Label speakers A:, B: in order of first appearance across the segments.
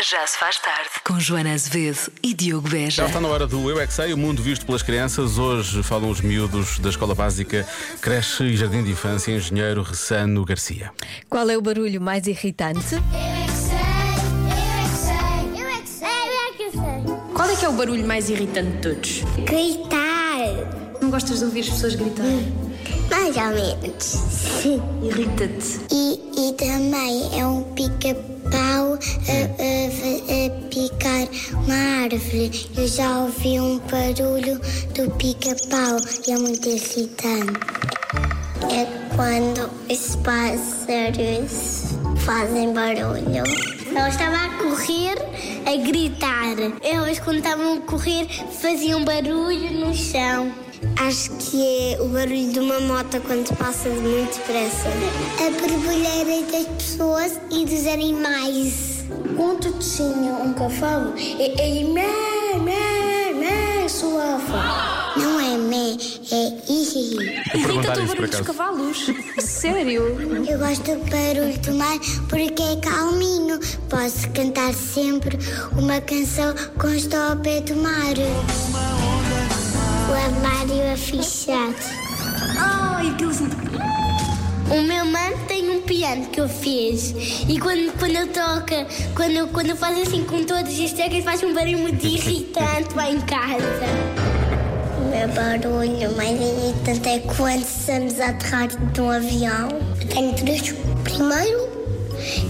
A: Já se faz tarde com Joana Azevedo e Diogo Beja.
B: Já está na hora do Eu é que Sei, o mundo visto pelas crianças. Hoje falam os miúdos da Escola Básica Creche e Jardim de Infância, Engenheiro Ressano Garcia.
C: Qual é o barulho mais irritante?
D: Eu é que sei, eu é que sei, eu é que sei, eu é que sei.
E: Qual é que é o barulho mais irritante de todos?
D: Gritar,
E: Não gostas de ouvir as pessoas gritar?
D: mais ou menos. Sim.
E: Irrita-te.
D: E, e também é um pica-pau a, a fa- a picar uma árvore. Eu já ouvi um barulho do pica-pau e é muito excitante. É quando os pássaros fazem barulho. Eu estava a correr, a gritar. Eles, quando estavam a correr, faziam barulho no chão. Acho que é o barulho de uma moto quando passa muito depressa. A borbulheira das pessoas e dos animais. Quando tinha um cavalo, ele mé, mé, mé, suava. Não é mé, é ih.
B: Eu perguntar
E: Irrita-te o
B: isso por
E: barulho dos
B: acaso.
E: cavalos. Sério?
D: Eu gosto do barulho do mar porque é calminho. Posso cantar sempre uma canção com estou ao pé do mar. O armário é afichado.
E: Ai, aqueles.
D: O meu mano tem um piano que eu fiz e quando, quando ele toca, quando, eu- quando eu faço assim com todas as teclas, faz um barulho muito irritante lá em casa. O meu barulho mais irritante é quando estamos a aterrar de um avião. Eu tenho três. Primeiro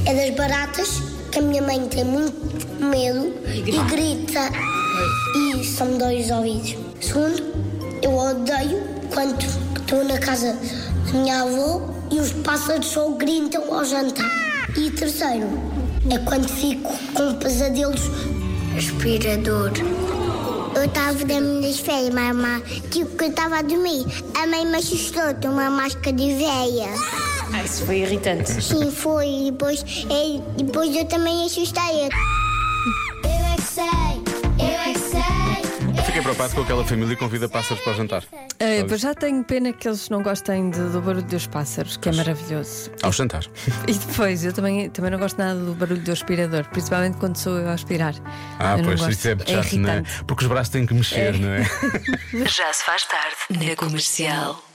D: é das baratas, que a minha mãe tem muito medo e grita. E são me dói os ouvidos. Segundo, eu odeio quando estou na casa da minha avó e os pássaros só gritam ao jantar. E terceiro, é quando fico com um pesadelos aspirador. Eu estava dormindo nas férias, mamãe. Tipo que eu estava a dormir. A mãe me assustou, tem uma máscara de veia.
E: Ah, isso foi irritante.
D: Sim, foi. E depois, e depois eu também assustei. Eu é que sei, eu é que sei.
B: Eu fiquei preocupado com aquela família que convida pássaros para o jantar.
C: Eh, pois já tenho pena que eles não gostem de- do barulho dos pássaros, que é maravilhoso.
B: Ao jantar.
C: E depois, eu também, também não gosto nada do barulho do aspirador, principalmente quando sou eu a aspirar.
B: Ah,
C: eu
B: pois,
C: não gosto.
B: isso é muito
C: é
B: chato, não é?
C: irritante.
B: Porque os braços têm que mexer, não é?
A: Já se faz tarde na comercial.